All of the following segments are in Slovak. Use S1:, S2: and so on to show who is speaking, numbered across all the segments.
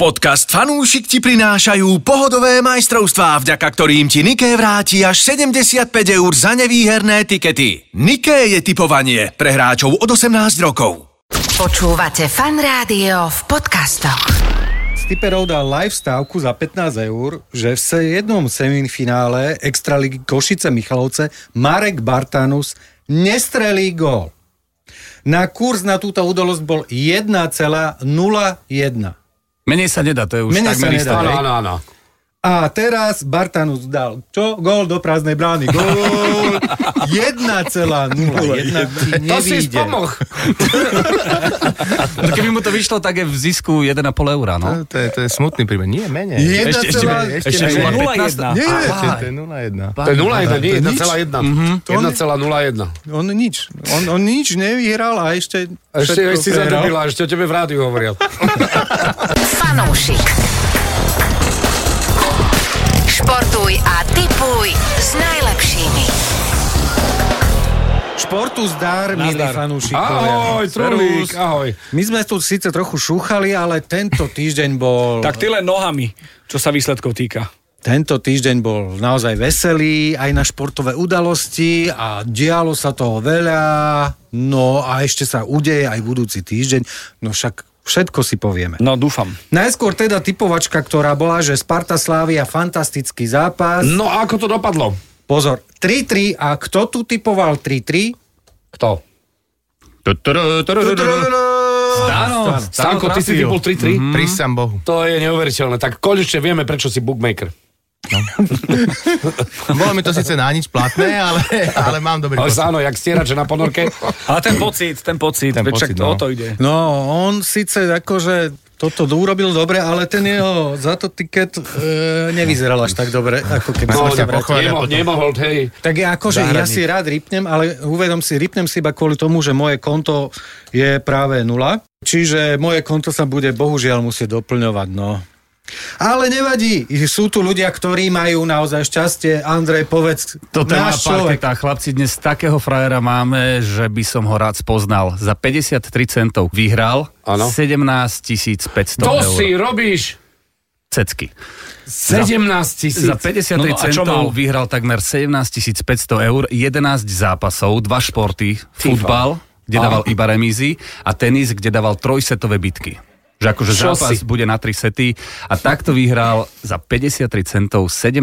S1: Podcast Fanúšik ti prinášajú pohodové majstrovstvá, vďaka ktorým ti Niké vráti až 75 eur za nevýherné tikety. Niké je typovanie pre hráčov od 18 rokov.
S2: Počúvate fan rádio v podcastoch.
S3: Stiperov dal live stávku za 15 eur, že v se- jednom semifinále Extraligy Košice Michalovce Marek Bartanus nestrelí gól. Na kurz na túto udalosť bol 1,01.
S4: Menej sa nedá, to je už
S3: Menej sa
S4: takmer
S3: nedá,
S4: isté.
S3: hej.
S4: Áno, áno, áno.
S3: A teraz Bartanus dal, čo? Gól do prázdnej brány. Gól 1,01. ti
S4: To si
S3: nevyjde.
S4: spomoh. no keby mu to vyšlo, tak je v zisku 1,5 eura, no.
S5: To, to, je, to je smutný príbeh. Nie, menej.
S3: Jedna
S4: Ešte- ešte-
S3: celá-
S5: ešte-
S3: ešte-
S5: ešte-
S3: nula-
S4: 0,1.
S3: Nie,
S5: Ešte, to je 0,1.
S4: Pán-
S5: To
S4: To
S5: je
S4: je 0,1, nie
S3: To je nič.
S4: 1,1.
S3: To on-
S4: 1,01.
S3: on nič. On, on nič nevyhral a ešte...
S4: Ešte
S3: všetko
S4: ešte si
S3: prehral.
S4: zadobila, ešte o tebe v rádiu hovoril.
S2: Fanúšik. Športuj a tipuj s najlepšími.
S3: Športu zdar, milí fanúšikovia.
S4: Ahoj, Trulík, ahoj.
S3: My sme tu síce trochu šúchali, ale tento týždeň bol...
S6: Tak ty len nohami, čo sa výsledkov týka.
S3: Tento týždeň bol naozaj veselý, aj na športové udalosti a dialo sa toho veľa, no a ešte sa udeje aj budúci týždeň, no však všetko si povieme.
S6: No dúfam.
S3: Najskôr teda typovačka, ktorá bola, že Sparta Slávia fantastický zápas.
S4: No a ako to dopadlo?
S3: Pozor, 3-3 a kto tu typoval 3-3?
S4: Kto? Áno, Stanko, ty si typol 3-3.
S5: Prísam Bohu.
S4: Mhm. To je neuveriteľné. Tak konečne vieme, prečo si bookmaker.
S5: Bolo mi to síce na nič platné, ale, ale mám dobrý
S4: Ale
S5: pocit.
S4: áno, jak stierače na ponorke.
S6: Ale ten pocit, ten pocit,
S5: Ten
S6: veď však
S5: pocit,
S6: to
S5: no.
S6: o to ide.
S3: No, on síce akože toto urobil dobre, ale ten jeho za to tiket e, nevyzeral až tak dobre, ako keby
S4: No,
S3: sme sa
S5: ťa
S3: vrátili.
S5: pochvália
S4: nemohol,
S5: potom.
S4: nemohol, hej.
S3: Tak ja akože ja si rád ripnem, ale uvedom si, ripnem si iba kvôli tomu, že moje konto je práve nula. Čiže moje konto sa bude bohužiaľ musieť doplňovať, no. Ale nevadí, sú tu ľudia, ktorí majú naozaj šťastie. Andrej, povedz,
S4: To
S3: náš človek.
S4: tá chlapci, dnes takého frajera máme, že by som ho rád spoznal. Za 53 centov vyhral
S5: Áno.
S4: 17 500
S7: To si robíš
S4: Cecky.
S7: 17 tisíc.
S4: Za 53 no,
S6: No, no, a čo
S4: centov
S6: mal?
S4: vyhral takmer 17 500 eur, 11 zápasov, dva športy, futbal, kde dával iba remízy a tenis, kde dával trojsetové bitky. Že akože
S7: Čo
S4: zápas
S7: si?
S4: bude na tri sety a takto vyhral za 53 centov 17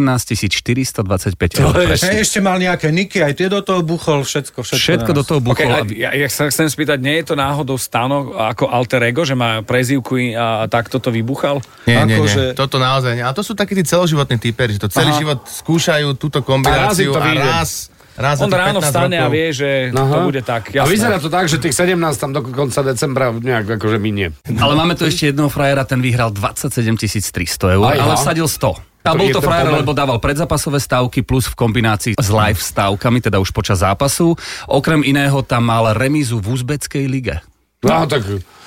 S4: 425 eur.
S3: Hej, ešte mal nejaké niky, aj tie do toho buchol, všetko, všetko.
S4: Všetko do toho
S6: Okay,
S4: buchol.
S6: a
S4: a vy-
S6: ja, ja sa chcem spýtať, nie je to náhodou Stano ako alter ego, že má prezývku a takto to vybuchal?
S5: Nie, nie, nie.
S3: Akože-
S5: Toto naozaj nie. A to sú takí tí celoživotní typeri, že to celý
S6: Aha.
S5: život skúšajú túto
S4: A raz im
S5: kombináciu
S4: to
S5: a
S4: vyjde.
S5: raz, raz za
S6: On
S5: tých
S6: ráno
S5: 15
S6: vstane a
S5: rokov.
S6: vie, že Aha. to bude tak.
S4: A
S6: Jasné.
S4: jasné.
S7: Vyzerá to tak, že tých 17 tam do konca decembra nejak akože minie.
S4: Ale máme tu ešte jedného frajera, ten vyhral 27 300 eur,
S7: Aj,
S4: ale
S7: no.
S4: vsadil 100. A
S7: To
S4: bol
S7: je
S4: to
S7: ten
S4: frajer,
S7: pomer.
S4: lebo dával predzapasové stávky plus v kombinácii s live stávkami, teda už počas zápasu. Okrem iného tam mal remízu v uzbeckej lige,
S7: No tak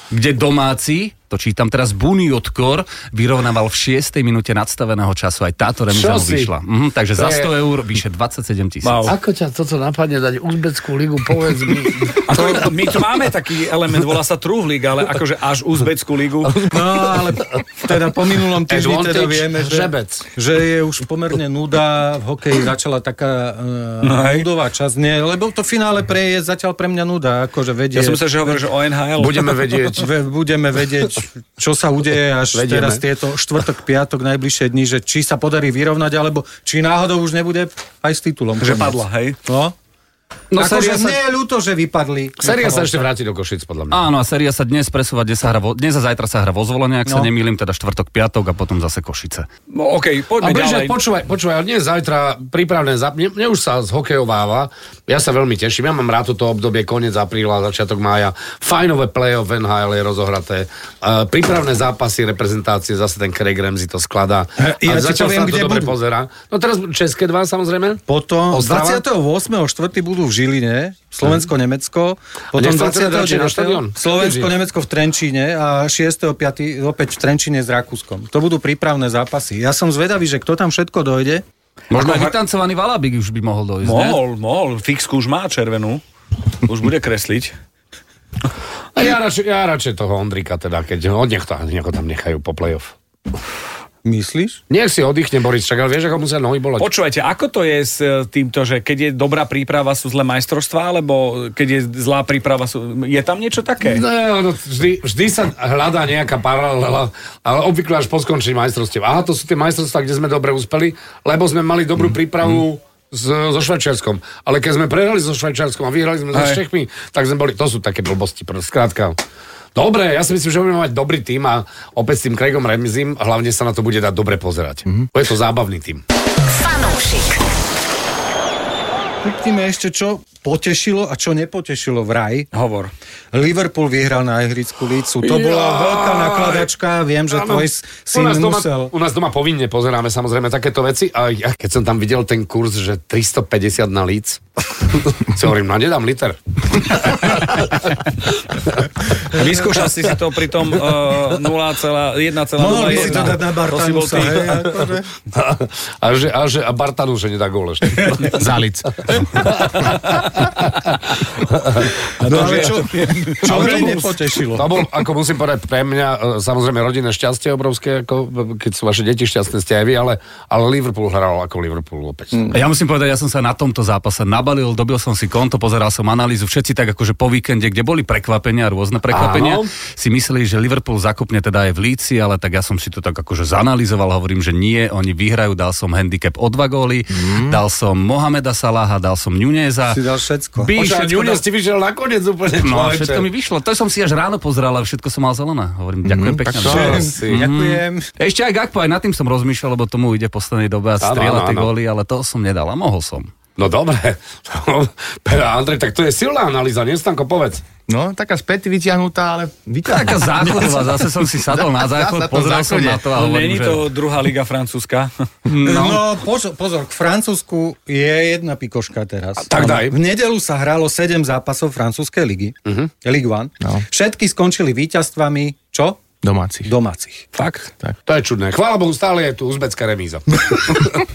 S4: kde domáci, to čítam teraz, Buniotkor vyrovnával v 6. minúte nadstaveného času. Aj táto remíza
S7: Čo
S4: mu
S7: si?
S4: vyšla. Mhm, takže za
S7: je-
S4: 100 eur vyše 27 tisíc.
S6: Wow.
S7: ako ťa toto napadne dať uzbeckú ligu, povedz mi.
S6: A to, my tu máme taký element, volá sa truhlík, ale akože až uzbeckú ligu.
S3: No, ale teda po minulom týždni teda vieme, že,
S7: žebec.
S3: že je už pomerne nuda. V hokeji začala taká uh, no nudová časť. Nie, lebo to finále pre je zatiaľ pre mňa nuda. Akože vedie,
S6: Ja som sa, že hovoril, že o NHL.
S7: Budeme vedieť.
S3: ve, budeme vedieť, čo sa udeje až
S7: Vedieme.
S3: teraz tieto štvrtok, piatok, najbližšie dni, že či sa podarí vyrovnať, alebo či náhodou už nebude aj s titulom.
S6: Že
S3: koniec.
S6: padla, hej?
S3: No. No,
S4: No,
S3: akože
S4: séria sa-
S3: sa... nie je ľúto, že vypadli.
S7: Séria sa
S3: Michalovce.
S7: ešte vráti do Košic, podľa mňa.
S4: Áno, a séria sa dnes presúva, dnes, sa hra vo, dnes a zajtra sa hra vo zvolenie, ak sa
S3: No.
S4: nemýlim, teda štvrtok, piatok a potom zase Košice.
S6: No, OK,
S7: A
S6: poďme
S7: bliže,
S6: ďalej.
S7: počúvaj, počúvaj, ale nie zajtra prípravné zap... Mne, mne už sa zhokejováva. Ja sa veľmi teším. Ja mám rád toto obdobie, koniec apríla, začiatok mája. Fajnové play-off v NHL je rozohraté. Uh, prípravné zápasy, reprezentácie, zase ten Craig Ramsey to skladá.
S3: Ja
S7: a
S3: ti
S7: zatiaľ
S3: poviem,
S7: sa na to
S3: kde
S7: dobre
S3: budú.
S7: pozerá. No teraz České dva, samozrejme.
S3: Potom
S7: Ostrava?
S3: 28.4. budú v Žiline, Slovensko-Nemecco. Potom
S7: nechcel teda radšej na štadión?
S3: 29. Slovensko-Nemecco v Trenčíne a 6.5. opäť v Trenčíne s Rakúskom. To budú prípravné zápasy. Ja som zvedavý, že kto tam všetko dojde.
S4: Možno aj vytancovaný Valabik už by mohol dojsť, ne?
S6: Mohol, mohol. Fixku už má červenú. Už bude kresliť.
S7: A ja radšej, ja radšej toho Ondrika, teda, keď ho nech to, nech ho tam nechajú po play-off.
S3: Myslíš?
S7: Nech si oddychne Boris, čak, ale vieš, ako musia nohy bolať.
S6: Počúvajte, ako to je s e, týmto, že keď je dobrá príprava, sú zlé majstrovstvá, alebo keď je zlá príprava, sú... je tam niečo také?
S7: No, no, vždy, vždy sa hľadá nejaká paralela, ale obvykle až po skončení majstrovstiev. Aha, to sú tie majstrovstvá, kde sme dobre uspeli, lebo sme mali dobrú prípravu s, so Švajčiarskom. Ale keď sme prehrali so Švajčiarskom a vyhrali sme so
S6: Aj.
S7: Čechmi, tak sme boli, to sú také blbosti, proste, skrátka. Dobre, ja si myslím, že budeme mať dobrý tým a opäť s tým Craigom Remizim hlavne sa na to bude dať dobre pozerať. Bude to zábavný tým.
S2: Fanúšik.
S3: Vypnime ešte, čo potešilo a čo nepotešilo vraj.
S6: Hovor.
S3: Liverpool vyhral na ihrickú lícu. To bola
S7: Jaj.
S3: veľká nakladačka, viem, že
S7: Áno.
S3: tvoj s- syn
S7: u nás doma,
S3: musel.
S7: U nás doma povinne pozeráme samozrejme takéto veci a ja, keď som tam videl ten kurz, že 350 na líc, si hovorím, no nedám liter.
S6: Vyskúšal si si to pri tom uh, 0,1,01.
S3: Mohol by si to dať na Bartanusa, hej? akože.
S7: A, a, že, a, že, a Bartanu, že nedá gól ešte.
S5: Zalic.
S3: No ale čo, čo
S7: Ale to
S3: vraj
S7: bol-
S3: nepotešilo?
S7: To bol, ako musím povedať, pre mňa e, samozrejme rodinné šťastie obrovské, ako, e, keď sú vaše deti šťastné, ste aj vy, ale, ale Liverpool hral ako Liverpool opäť.
S4: A Ja musím povedať, ja som sa na tomto zápase nabalil, dobil som si konto, pozeral som analýzu, všetci tak akože po víkende, kde boli prekvapenia, rôzne prekvapenia,
S7: Áno.
S4: si mysleli, že Liverpool zakupne teda aj v Líci, ale tak ja som si to tak akože zanalýzoval, hovorím, že nie, oni vyhrajú, dal som handicap o dva góly, mm. dal som Mohameda Salaha, dal som Nuneza.
S3: Si dal všetko.
S4: By,
S7: Počkaj,
S4: všetko
S7: Nunes
S4: dal-
S7: ti vyšiel nakoniec úplne
S4: No a
S7: človeče.
S4: všetko mi vyšlo. To som si až ráno pozeral, ale všetko som mal zelené. Hovorím, ďakujem pekne.
S7: tak
S4: Dobre.
S7: čo si?
S3: Ďakujem.
S4: Ešte aj Gakpo, aj nad tým som rozmýšľal, lebo tomu ide v poslednej dobe a
S7: Áno, áno,
S4: strieľa tie
S7: áno.
S4: góly, ale to som nedal a mohol som.
S7: No dobre, Pero, Andrej, tak to je silná analýza, nie Stanko, povedz.
S5: No, taká späť vyťahnutá, ale
S4: Taká
S5: vyťahnutá.
S4: záchodová, zase som si sadol na záchod,
S5: na tom
S4: pozrel som
S5: záchode.
S4: na to a hovorím,
S6: No, Není
S4: že...
S6: to druhá liga francúzska.
S3: No, no pozor, pozor, k Francúzsku je jedna pikoška teraz.
S7: tak daj.
S3: V
S7: Mhm.
S3: nedelu sa hralo 7 zápasov francúzskej ligy, uh-huh. Ligue 1. No. Všetky skončili víťazstvami, čo?
S5: Domácich.
S3: Domácich.
S7: Fakt? Tak. To je čudné. Chvála Bohu, stále je tu uzbecká remíza.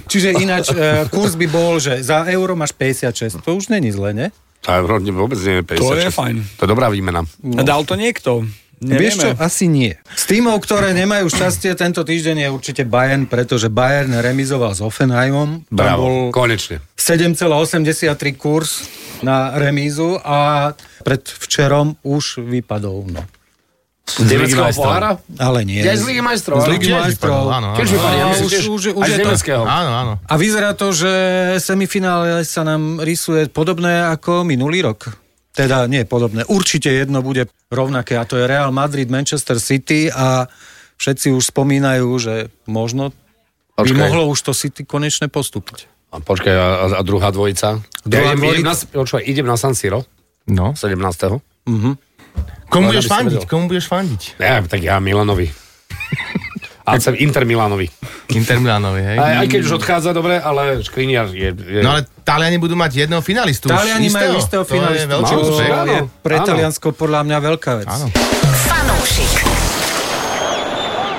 S3: Čiže ináč e, kurz by bol, že za euro máš 56. To už není zle, ne?
S7: to je hodne vôbec nie je 56.
S6: To je fajn.
S7: To je dobrá výmena.
S6: No. Dal to niekto.
S3: Vieš čo,
S6: Nevieme.
S3: asi nie. S týmov, ktoré nemajú šťastie, tento týždeň je určite Bayern, pretože Bayern remizoval s Offenheimom. Tam
S7: Bravo,
S3: bol
S7: konečne.
S3: 7,83 kurz na remízu a pred včerom už vypadol. No.
S7: Z nemeckého
S4: majstrov.
S7: pohára?
S3: Ale nie.
S7: Ja z Ligy majstrov.
S3: Z
S7: áno.
S3: Ligy
S5: Tiež
S3: majstrov.
S5: vypadol, áno,
S7: Tiež
S5: áno.
S7: vypadne, ja
S3: A
S7: myslím,
S3: už-
S7: tiež-
S3: už je- už je
S7: aj z
S3: to-
S7: nemeckého.
S5: Áno, áno.
S3: A vyzerá to, že semifinále sa nám rysuje podobné ako minulý rok. Teda nie podobné. Určite jedno bude rovnaké a to je Real Madrid, Manchester City a všetci už spomínajú, že možno by
S7: Počkaj.
S3: mohlo už to City konečne postúpiť.
S7: A počkaj, a, a- a druhá dvojica?
S3: Druhá
S7: ja idem,
S3: dvojica.
S7: idem, na, počkaj, idem na San Siro,
S5: No.
S7: 17.
S5: Komu
S7: Ale aby
S5: budeš
S7: si
S5: fandiť?
S7: vedel.
S5: Komu budeš fandiť?
S7: Ja, tak ja Milanovi. A chcem Inter Milanovi.
S5: Inter Milánovi, hej?
S7: Aj, aj keď už odchádza, dobre, ale Škriniar je... je...
S5: No ale Taliani budú mať jedného finalistu. už
S3: Taliani majú istého
S5: To je
S3: finalistu,
S5: veľký
S3: čo
S5: úspech.
S7: Áno,
S3: je pre
S7: áno.
S3: Taliansko podľa mňa veľká vec.
S5: Áno.
S2: Fanúšik.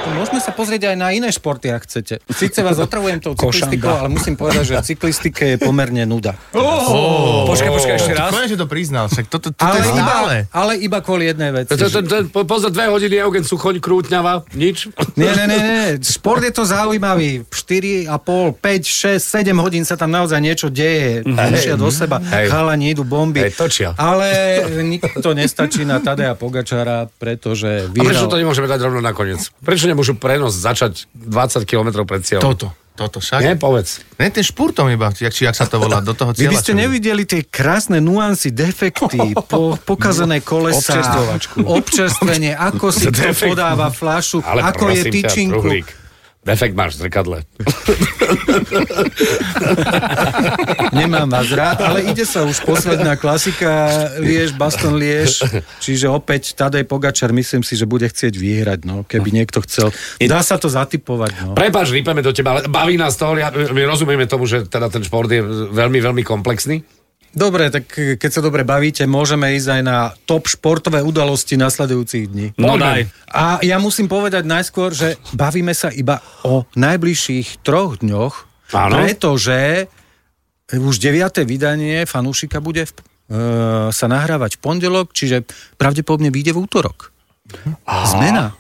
S3: Môžeme sa pozrieť aj na iné športy, ak chcete. Sice vás otravujem tou cyklistikou, ale musím povedať, že v cyklistike je pomerne nuda.
S6: Počkaj, počkaj, ešte raz.
S5: Konečne to priznal, však toto, toto
S3: Ale
S5: je
S3: iba,
S5: stále.
S3: ale iba kvôli jednej veci.
S7: To, to, to, to, po, po za dve hodiny Eugen Suchoň, Krútňava, nič.
S3: Nie, nie, nie, nie. Šport je to zaujímavý. 4,5, 5, 6, 7 hodín sa tam naozaj niečo deje. Hej. do seba.
S7: Hej.
S3: Hej. Chalani idú bomby.
S7: Hej, točia.
S3: Ale nikto nestačí na Tadeja Pogačara, pretože
S7: A prečo
S3: vyhral.
S7: to nemôžeme dať rovno nakoniec? Prečo nemôžu prenos začať 20 km pred cieľom?
S5: Toto, toto však.
S7: Nie, povedz.
S5: Ne, ten špurtom iba, či, či ak sa to volá, do toho
S3: Vy
S5: cieľa.
S3: by ste
S5: čo-
S3: nevideli tie krásne nuancy, defekty, po, pokazané kolesa,
S7: Občerstvovačku.
S3: občerstvenie, ako si to
S7: Defekt.
S3: podáva flašu,
S7: Ale
S3: ako je
S7: prosím ťa,
S3: tyčinku.
S7: Truhlík, Defekt máš v zrkadle.
S3: Nemám vás rád, ale ide sa už posledná klasika Liež, Baston Liež, čiže opäť Tadej Pogačar, myslím si, že bude chcieť vyhrať, no, keby niekto chcel. Dá sa to zatipovať, no.
S7: Prepač, rýpeme do teba, ale baví nás to, ja, my rozumieme tomu, že teda ten šport je veľmi, veľmi komplexný.
S3: Dobre, tak e, keď sa dobre bavíte, môžeme ísť aj na top športové udalosti nasledujúcich dní.
S6: No
S7: Poďme.
S6: daj.
S3: A ja musím povedať najskôr, že bavíme sa iba o najbližších troch dňoch,
S7: Áno.
S3: pretože už deviate vydanie fanúšika bude v, e, sa nahrávať v pondelok, čiže pravdepodobne vyjde v útorok. Zmena.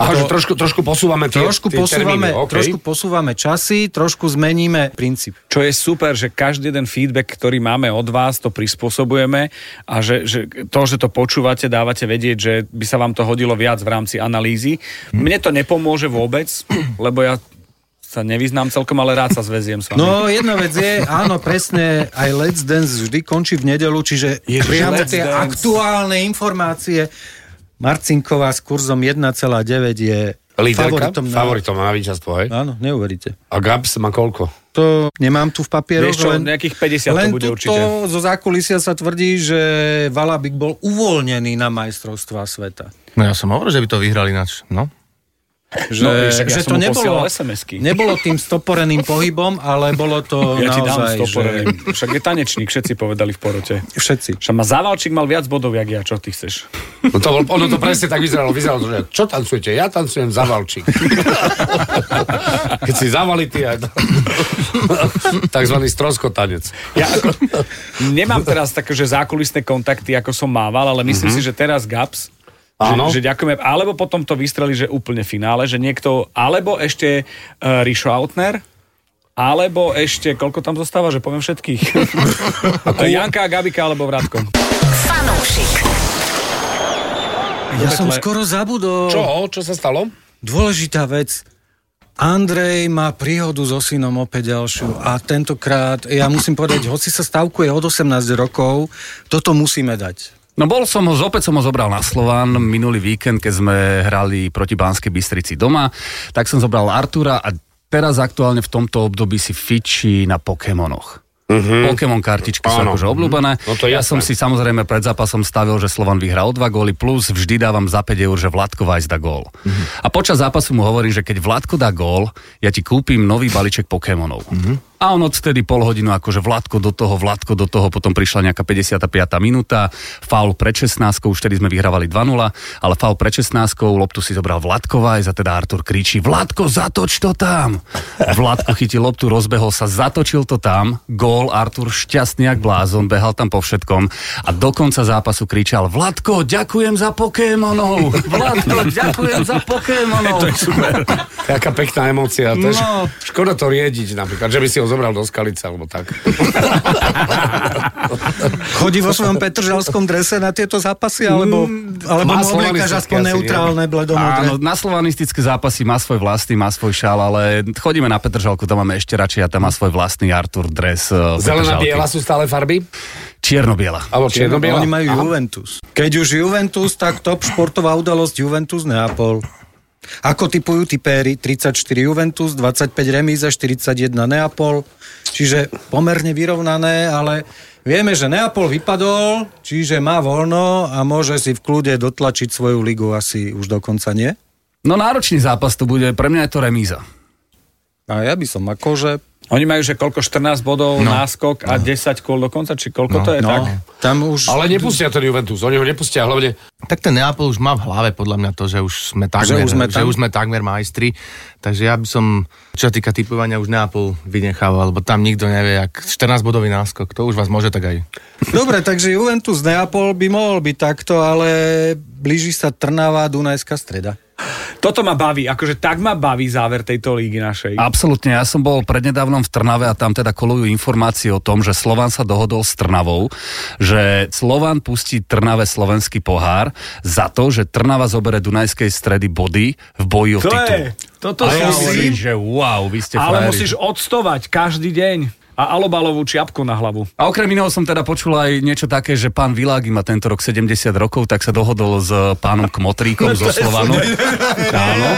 S7: Aha, že
S3: To-
S7: trošku, trošku posúvame tie,
S3: Trošku,
S7: tie
S3: posúvame,
S7: termíny. OK.
S3: trošku posúvame časy, trošku zmeníme princíp.
S6: Čo je super, že každý ten feedback, ktorý máme od vás, to prispôsobujeme a že, že to, že to počúvate, dávate vedieť, že by sa vám to hodilo viac v rámci analýzy. Mne to nepomôže vôbec, lebo ja sa nevyznám celkom, ale rád sa zväziem s vami.
S3: No jedna vec je, áno, presne, aj Let's Dance vždy končí v nedelu, čiže
S6: Ježiš,
S3: priamo
S6: Let's
S3: tie
S6: Dance.
S3: aktuálne informácie. Marcinková s kurzom 1,9 je
S7: Líderka,
S3: favoritom. Na... No.
S7: favoritom na víťazstvo, hej?
S3: Áno, neuveríte.
S7: A Gabs má koľko?
S3: To nemám tu v papieroch.
S6: Vieš čo, nejakých 50 to
S3: len
S6: bude
S3: tuto
S6: určite.
S3: zo zákulisia sa tvrdí, že Valabik bol uvoľnený na majstrovstvá sveta.
S5: No ja som hovoril, že by to vyhral ináč. No.
S3: Že,
S6: No, víš, tak
S3: E,
S6: ja
S3: že to
S6: som mu
S3: nebolo,
S6: posielal SMS-ky.
S3: nebolo tým stoporeným pohybom, ale bolo to
S6: Ja ti dám
S3: naozaj,
S6: stoporený. Že... Však je tanečník, všetci povedali v porote.
S3: že všetci.
S6: Však ma Zavalčík mal viac bodov, jak ja, čo ty chceš.
S7: No to, bol- ono to presne tak vyzeralo. Vyzeralo to, že čo tancujete? Ja tancujem zavalčík. Keď si zavali ty aj... Takzvaný stroskotanec.
S6: Ja ako, nemám teraz také, že zákulisné kontakty, ako som mával, ale myslím si, že teraz Gaps,
S7: Áno.
S6: že, že ďakujeme, alebo potom to vystreli, že úplne finále, že niekto, alebo ešte uh, Rišo Autner, alebo ešte, koľko tam zostáva, že poviem všetkých. Janka, Gabika alebo Vratko.
S2: Fanúšik.
S3: Ja som skoro zabudol.
S7: Čo? No, Čo sa stalo?
S3: Dôležitá vec. Andrej má príhodu so synom opäť ďalšiu a tentokrát, ja musím povedať, hoci sa stavkuje od 18 rokov, toto musíme dať.
S4: No bol som ho, opäť som ho zobral na Slován minulý víkend, keď sme hrali proti Banskej Bystrici doma, tak som zobral Artura a teraz aktuálne v tomto období si fičí na Pokémonoch. Mm-hmm. Pokémon kartičky sú
S7: Mhm. Áno.
S4: akože obľúbené.
S7: No to je
S4: ja
S7: jasné.
S4: som si samozrejme pred zápasom stavil, že Slovan vyhrá o dva góly, plus vždy dávam za 5 eur, že Vladko Vajs dá gól.
S7: Mhm.
S4: Mm-hmm. A počas zápasu mu hovorím, že keď Vladko dá gól, ja ti kúpim nový balíček Pokémonov.
S7: Mhm.
S4: Mm-hmm. A on odtedy pol hodinu akože Vladko do toho, Vladko do toho, potom prišla nejaká 55. minúta, faul pred 16, už vtedy sme vyhrávali 2-0, ale faul pred 16, loptu si zobral Vladko Vajs a teda Artur kričí, Vladko, zatoč to tam! Vladko chytil loptu, rozbehol sa, zatočil to tam, gól, Artur šťastný jak blázon, behal tam po všetkom a do konca zápasu kričal, Vladko, ďakujem za Pokémonov! Vladko, ďakujem za Pokémonov!
S7: Taká pekná emócia. To je no. Škoda to riediť napríklad, že by si ho zobral do skalice alebo tak.
S3: Chodí vo svojom petržalskom drese na tieto zápasy, alebo, alebo
S7: Mm,
S3: mu
S7: má
S3: obliekaš
S7: slovanistické
S3: aspoň
S7: asi, nie?
S3: neutrálne
S4: Áno,
S3: bledomodré.
S4: na slovanistické zápasy má svoj vlastný, má svoj šál, ale chodíme na Petržalku, tam máme ešte radšej a tam má svoj vlastný Artur dres. e,
S7: Zelená
S4: Petržalky.
S7: biela sú stále farby?
S4: Čierno-biela.
S7: Alebo
S3: no,
S7: čierno-biela?
S3: Oni majú Juventus. Keď už Juventus, tak top športová udalosť Juventus Neapol. Ako typujú tipéry? 34 Juventus, 25 remíza, 41 Neapol. Čiže pomerne vyrovnané, ale vieme, že Neapol vypadol, čiže má voľno a môže si v kľude dotlačiť svoju ligu asi už dokonca nie.
S4: No náročný zápas to bude, pre mňa je to remíza.
S3: A ja by som akože...
S6: Oni majú, že koľko, 14 bodov, no. náskok a 10 kôl dokonca, či koľko no. to je, tak?
S3: No, tam už...
S7: Ale nepustia ten Juventus, oni ho nepustia hlavne.
S5: Tak ten Neapol už má v hlave podľa mňa to, že už sme takmer,
S3: už sme tam?
S5: že už sme takmer majstri. Takže ja by som, čo sa týka typovania, už Neapol vynechával, lebo tam nikto nevie, ak 14-bodový náskok, to už vás môže tak aj.
S3: Dobre, takže Juventus Neapol by mohol byť takto, ale blíži sa Trnava, Dunajská streda.
S6: Toto ma baví, akože tak ma baví záver tejto lígy našej.
S4: Absolútne, ja som bol prednedávnom v Trnave a tam teda kolujú informácie o tom, že Slovan sa dohodol s Trnavou, že Slovan pustí Trnave slovenský pohár za to, že Trnava zobere Dunajskej stredy body v boji o
S6: to
S4: titul.
S6: je, toto
S4: A ja
S6: sú si,
S4: hovorím, že wow, vy ste
S6: ale
S4: frajeri.
S6: musíš odstovať každý deň a alobalovú čiapku na hlavu.
S4: A okrem iného som teda počul aj niečo také, že pán Világi má tento rok 70 rokov, tak sa dohodol s eh, pánom Kmotríkom zo Slovanu. Áno,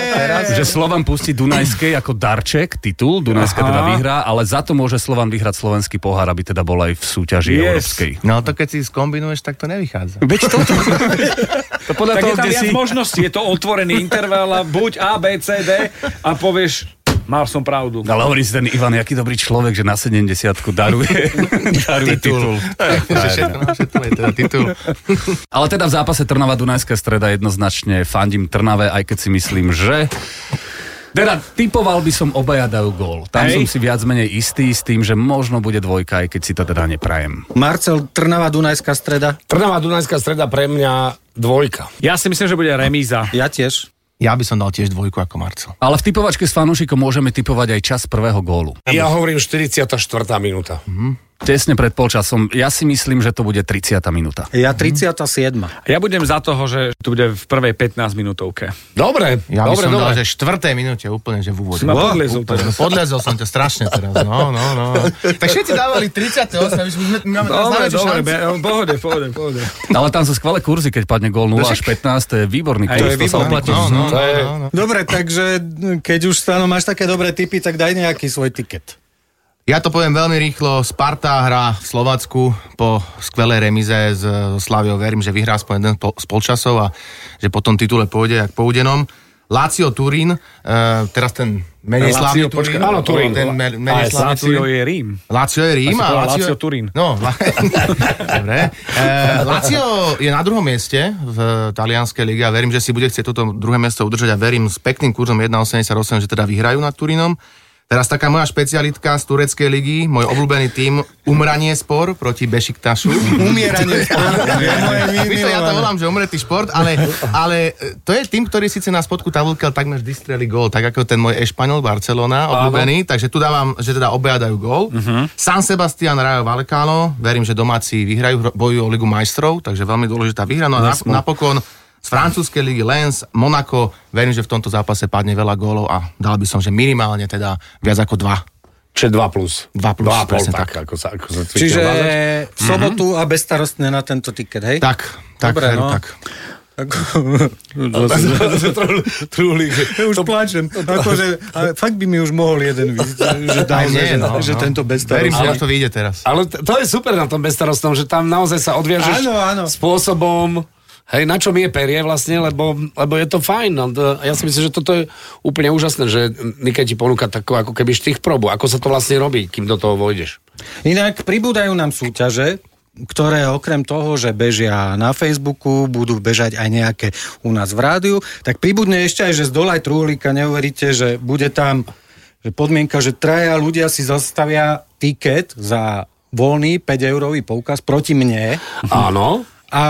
S4: že Slovan pustí Dunajskej ako darček, titul, Dunajská teda vyhrá, ale za to môže Slovan vyhrať slovenský pohár, aby teda bol aj v súťaži
S6: Yes.
S4: európskej.
S5: No ale to keď si skombinuješ, tak to nevychádza.
S4: Veď to, to, to podľa
S6: Tak
S4: toho,
S6: je tam
S4: kde
S6: viac
S4: si...
S6: možností, je to otvorený interval a buď A, B, C, D a povieš, mal som pravdu.
S4: Ale hovorí si ten Ivan, aký dobrý človek, že na 70 daruje, daruje titul.
S5: Takže všetko na všetko No, je teda titul.
S4: Ale teda v zápase Trnava-Dunajská streda jednoznačne fandím Trnave, aj keď si myslím, že... Teda typoval by som obaja dajú gól. Tam
S6: Hej.
S4: Hej. som si viac menej istý s tým, že možno bude dvojka, aj keď si to teda neprajem.
S3: Marcel, Trnava, Dunajská streda.
S7: Trnava Dunajská streda pre mňa dvojka.
S6: Ja si myslím, že bude remíza.
S3: Ja tiež.
S5: Ja by som dal tiež dvojku ako Marcel.
S4: Ale v typovačke s fanúšikom môžeme typovať aj čas prvého gólu.
S7: Ja hovorím 44. minúta.
S4: Tesne pred polčasom. Ja si myslím, že to bude 30. minúta.
S3: Ja 37.
S6: Ja budem za toho, že tu bude v prvej 15 minútovke.
S7: Dobre,
S5: Ja by
S7: dobre,
S5: som
S7: dobre.
S5: dal, že štvrtej minúte úplne, že v úvode.
S6: Si ma podliezol
S5: Úplne,
S6: teraz.
S5: Podlezol som ťa strašne teraz, no, no, no. Tak všetci dávali 38, my sme, my máme teraz
S6: Dobre,
S5: najväčšiu
S6: dobre,
S5: šancu.
S6: be- pohode, pohode, pohode.
S4: Ale tam sú skvelé kurzy, keď padne gól
S6: No
S4: 0 až 15, to je výborný
S6: Aj,
S4: kurz, to
S6: to je
S4: sa
S6: výborný
S4: oplatí.
S5: No, no, no,
S7: je-
S5: no, no.
S3: Dobre, takže keď už stano máš také dobré tipy, tak daj nejaký svoj tiket.
S5: Ja to poviem veľmi rýchlo. Sparta hrá v Slovacku po skvelej remize s so Slaviou. Verím, že vyhrá aspoň jeden po- z polčasov a že po tom titule pôjde jak po údenom. Lazio Turín, e, teraz ten menej slavný
S7: Lazio,
S5: Turín.
S7: počkaj, áno, Turín.
S5: Ten me-
S6: Ale
S5: menej slavný
S6: Lazio
S5: Turín.
S6: je Rím.
S5: Lazio je Rím
S6: Ja
S5: a
S6: som povedal
S5: Lazio...
S6: Lazio Turín.
S5: No, la... Dobre. E, Lazio je na druhom mieste v talianskej lige a verím, že si bude chcieť toto druhé miesto udržať a verím s pekným kurzom 1,88, že teda vyhrajú nad Turínom. Teraz taká moja špecialitka z tureckej ligy, môj obľúbený tým Umranie spor proti Bešiktašu.
S3: Umieranie.
S5: Víte, ja to volám, že umretý šport, ale, ale e, to je tým, ktorý síce na spodku tabulky, ale takmer vždy strelí gól, tak ako ten môj Ešpaňol Barcelona, obľúbený, takže tu dávam, že teda obaja dajú gól.
S3: Mhm.
S5: Uh-huh. San Sebastian Rayo Vallecano, verím, že domáci vyhrajú, hro- bojujú o Ligu majstrov, takže veľmi dôležitá výhra. No a nap- napokon z francúzskej ligy Lens, Monaco, verím, že v tomto zápase padne veľa gólov a dal by som, že minimálne teda viac ako dva.
S7: Čiže 2 plus.
S5: Dva plus,
S7: 2 plus,
S5: presne
S7: tak,
S5: tak.
S7: ako sa, ako sa cvičil
S3: Čiže
S7: vázať.
S3: v sobotu a bezstarostne na tento tiket, hej?
S5: Mhm. Tak, tak,
S3: Dobre,
S5: Dobre,
S3: no.
S5: no. tak.
S7: Trulík, že-
S3: Ja už plačem. Akože, ale fakt by mi už mohol jeden výsť, že
S5: Aj
S3: dám,
S5: nie,
S3: že,
S5: no,
S3: že
S5: no.
S3: tento
S5: Verím, že
S3: bezstarostne.
S5: ale... to vyjde teraz.
S7: Ale t- to je super na tom bezstarostnom, že tam naozaj sa odviažeš
S3: Áno, áno.
S7: spôsobom, hej, na čo mi je perie vlastne, lebo, lebo je to fajn. No, to- Ja si myslím, že toto je úplne úžasné, že Nike ti ponúka takú ako keby štých probu, ako sa to vlastne robí, kým do toho vojdeš.
S3: Inak pribúdajú nám súťaže, ktoré okrem toho, že bežia na Facebooku, budú bežať aj nejaké u nás v rádiu, tak pribudne ešte aj, že z Dolaj Truhlíka neuveríte, že bude tam že podmienka, že traja ľudia si zastavia tiket za voľný 5-eurový poukaz proti mne
S7: Áno.
S3: a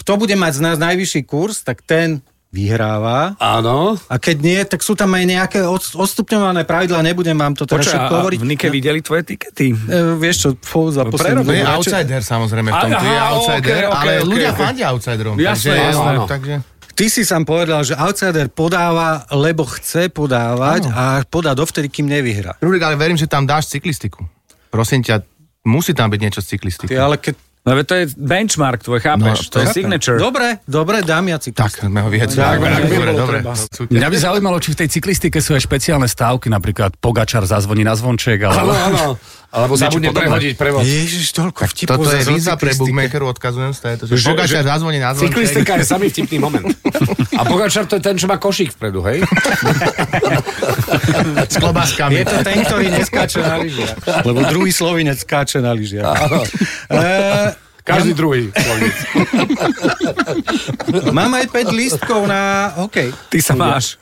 S3: kto bude mať z nás najvyšší kurz, tak ten vyhráva
S7: Áno.
S3: a keď nie, tak sú tam aj nejaké od- odstupňované pravidlá, nebudem vám to teraz
S6: Počkaj,
S3: všetko
S6: a- a
S3: hovoriť.
S6: v Nike videli tvoje tikety?
S3: E, vieš čo, fú, za poslednú
S5: To je
S3: dobu-
S5: outsider samozrejme v tom,
S6: Aha,
S5: tu je outsider,
S6: okej, okej,
S5: ale
S6: okej,
S5: ľudia
S6: okej.
S5: fandia outsiderom.
S6: Jasné,
S5: takže,
S7: jasné.
S5: áno, takže,
S3: Ty si sám povedal, že outsider podáva, lebo chce podávať a podá dovtedy, kým nevyhrá.
S5: Rurik, ale verím, že tam dáš cyklistiku. Prosím ťa, musí tam byť niečo z cyklistiky.
S3: Ty, ale keď...
S6: No veď to je benchmark tvoj,
S5: No,
S6: chápeš? to, je
S5: chápem.
S6: signature.
S3: Dobre, dobre, dám ja
S5: Tak,
S3: cyklistiku.
S5: sme ho vyhecli.
S3: Tak,
S5: Dobre,
S3: tak by
S5: dobre,
S3: bolo
S5: dobre.
S3: treba.
S5: Super.
S4: Mňa by zaujímalo, či v tej cyklistike sú aj špeciálne stávky, napríklad Pogačar zazvoní na zvonček,
S7: Áno,
S4: ale...
S7: áno. Alebo
S4: Niečo
S7: zabudne
S4: podobné.
S7: prehodiť prevod.
S3: Ježiš, toľko vtipov
S5: Toto je
S3: za
S5: víza pre
S3: cyklistike.
S5: bookmakerov, odkazujem z tejto.
S7: Že-
S5: Pogačar
S7: že-
S5: zazvoní na zvonček.
S7: Cyklistika je samý vtipný moment. A Pogačar to je ten, čo má košík vpredu, hej?
S5: S klobáskami.
S3: Je to ten, ktorý neskáče na lyžiach. Lebo druhý slovinec skáče na lyžiach. E,
S7: Každý druhý. Slovník.
S3: mám aj 5 lístkov na hokej.
S6: Ty sa máš.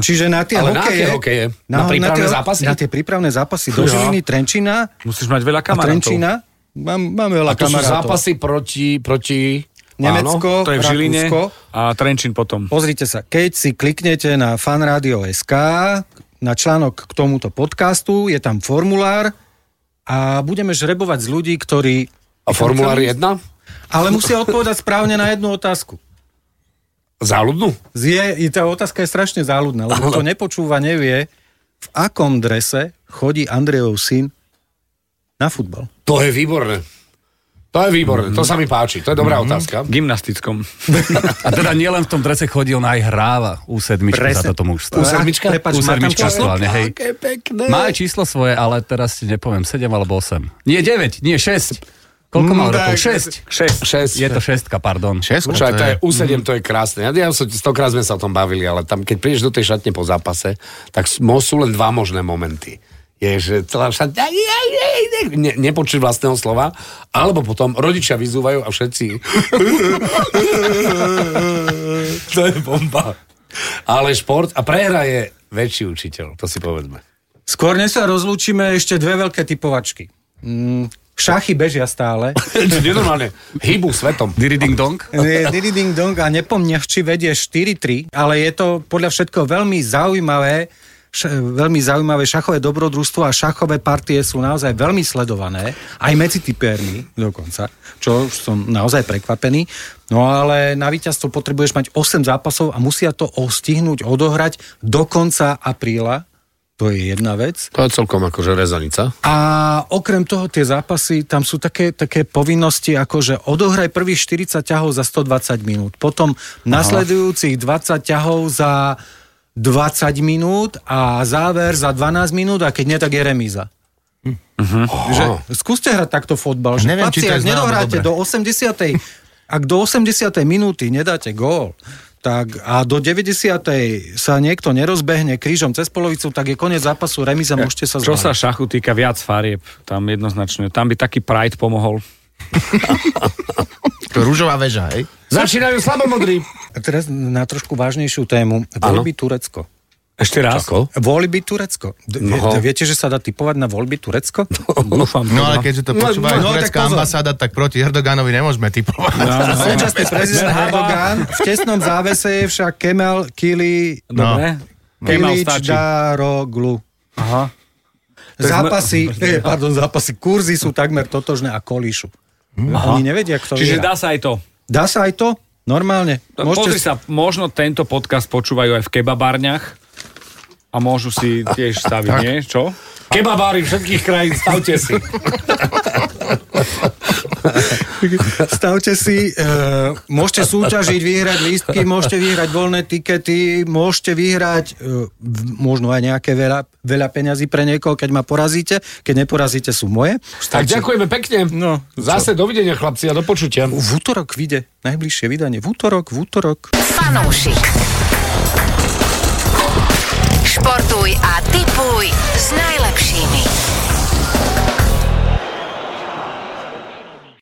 S3: Čiže na tie
S7: Ale na
S3: hokeje.
S7: aké hokeje? Na prípravné
S3: tie,
S7: zápasy?
S3: Na tie prípravné zápasy. Do Žiliny, Trenčina
S6: Musíš mať veľa
S3: a
S6: kamarátov.
S3: Trenčina. Mám, máme veľa
S7: A to sú
S3: kamarátov.
S7: zápasy proti, proti...
S3: Nemecko,
S6: To je v Žiline
S3: Rakúsko.
S6: a Trenčín potom.
S3: Pozrite sa, keď si kliknete na fanradio.sk, na článok k tomuto podcastu, je tam formulár a budeme žrebovať z ľudí, ktorí...
S7: A formulár 1?
S3: Ale musia odpovedať správne na jednu otázku.
S7: Záľudnú?
S3: Je, i tá otázka je strašne záľudná, lebo kto nepočúva, nevie, v akom drese chodí Andrejov syn na futbal.
S7: To je výborné. To je výborné, to sa mi páči, to je dobrá otázka.
S6: Gymnastickom.
S4: A teda nielen v tom drese chodil, on aj hráva u sedmičku za toto mužstvo.
S7: sedmička?
S3: Prepač, má
S4: U
S3: tam
S4: sedmička,
S3: číslo?
S4: aktuálne, hej.
S7: Také pekné.
S4: Má aj číslo svoje, ale teraz ti nepoviem, 7 alebo 8. Nie, 9, nie, 6. Koľko
S7: Mm,
S4: mal rokov? 6.
S7: 6.
S6: 6.
S4: Je to 6, pardon.
S5: Česko,
S7: Počkaj, to je Mhm. U7, to je krásne. Ja, ja som, stokrát sme sa o tom bavili, ale tam, keď prídeš do tej šatne po zápase, tak s- mo- sú len dva možné momenty. Je, že celá šatňa aj, aj, aj, aj, ne, nepočuť vlastného slova, alebo potom rodičia vyzúvajú a všetci... to je bomba. Ale šport a prehra je väčší učiteľ, to si povedzme.
S3: Skôr než sa rozlúčime, ešte dve veľké typovačky. Mm, Šachy bežia stále.
S7: Nenormálne. Hýbu svetom.
S4: Diriding dong?
S3: Didi ding dong a nepomňa, či vedie 4-3, ale je to podľa všetko veľmi zaujímavé š- veľmi zaujímavé šachové dobrodružstvo a šachové partie sú naozaj veľmi sledované, aj medzi typérmi dokonca, čo už som naozaj prekvapený. No ale na víťazstvo potrebuješ mať 8 zápasov a musia to ostihnúť, odohrať do konca apríla. To je jedna vec.
S7: To je celkom akože rezanica.
S3: A okrem toho tie zápasy, tam sú také, také povinnosti, ako že odohraj prvých 40 ťahov za 120 minút, potom nasledujúcich 20 ťahov za 20 minút a záver za 12 minút a keď nie, tak je remíza.
S7: Hm.
S3: Uh-huh. Že, skúste hrať takto fotbal. Že
S5: Neviem,
S3: chlapci,
S5: či to je
S3: ak
S5: známe,
S3: nedohráte
S5: dobre.
S3: do 80. ak do 80. minúty nedáte gól, tak a do 90. sa niekto nerozbehne krížom cez polovicu, tak je koniec zápasu, remiza, môžete sa
S6: Čo sa
S3: zbaviť.
S6: šachu týka viac farieb, tam jednoznačne. Tam by taký Pride pomohol.
S5: To rúžová väža, hej?
S7: Začínajú slabomodrí.
S3: A teraz na trošku vážnejšiu tému. Voľby Turecko.
S6: Ešte raz.
S7: Ako?
S3: Voľby Turecko. D- vie-
S7: No.
S3: viete, že sa dá typovať na voľby Turecko?
S6: Dúfam.
S5: No ale keďže to počúva aj
S3: no, tak
S5: turecká
S3: pozor.
S5: ambasáda, tak proti Erdoganovi nemôžeme typovať.
S3: Súčasný prezident
S6: Merhaba.
S3: Erdogan. V tesnom závese je však Kemal Kili...
S6: Dobre. No, Kemal
S3: Kilič
S6: stačí.
S3: Daroglu.
S6: Aha.
S3: Zápasy, eh, pardon, zápasy, kurzy sú takmer totožné a kolíšu. Oni nevedia, kto
S6: Čiže
S3: vyhrá.
S6: dá sa aj to.
S3: dá sa aj to? Normálne.
S6: Pozri sa, možno tento podcast počúvajú aj v kebabárniach a môžu si tiež staviť, nie? Čo?
S7: Kebabári všetkých krajín, stavte si.
S3: Stavte si, uh, môžete súťažiť, vyhrať lístky, môžete vyhrať voľné tikety, môžete vyhrať uh, možno aj nejaké veľa, veľa peňazí pre niekoho, keď ma porazíte. Keď neporazíte, sú moje.
S7: Tak ďakujeme pekne.
S3: No,
S7: Zase dovidenia chlapci a do počutia.
S3: V útorok vyjde najbližšie vydanie. V útorok, v útorok.
S2: Fanúšik. Športuj a tipuj s najlepšími.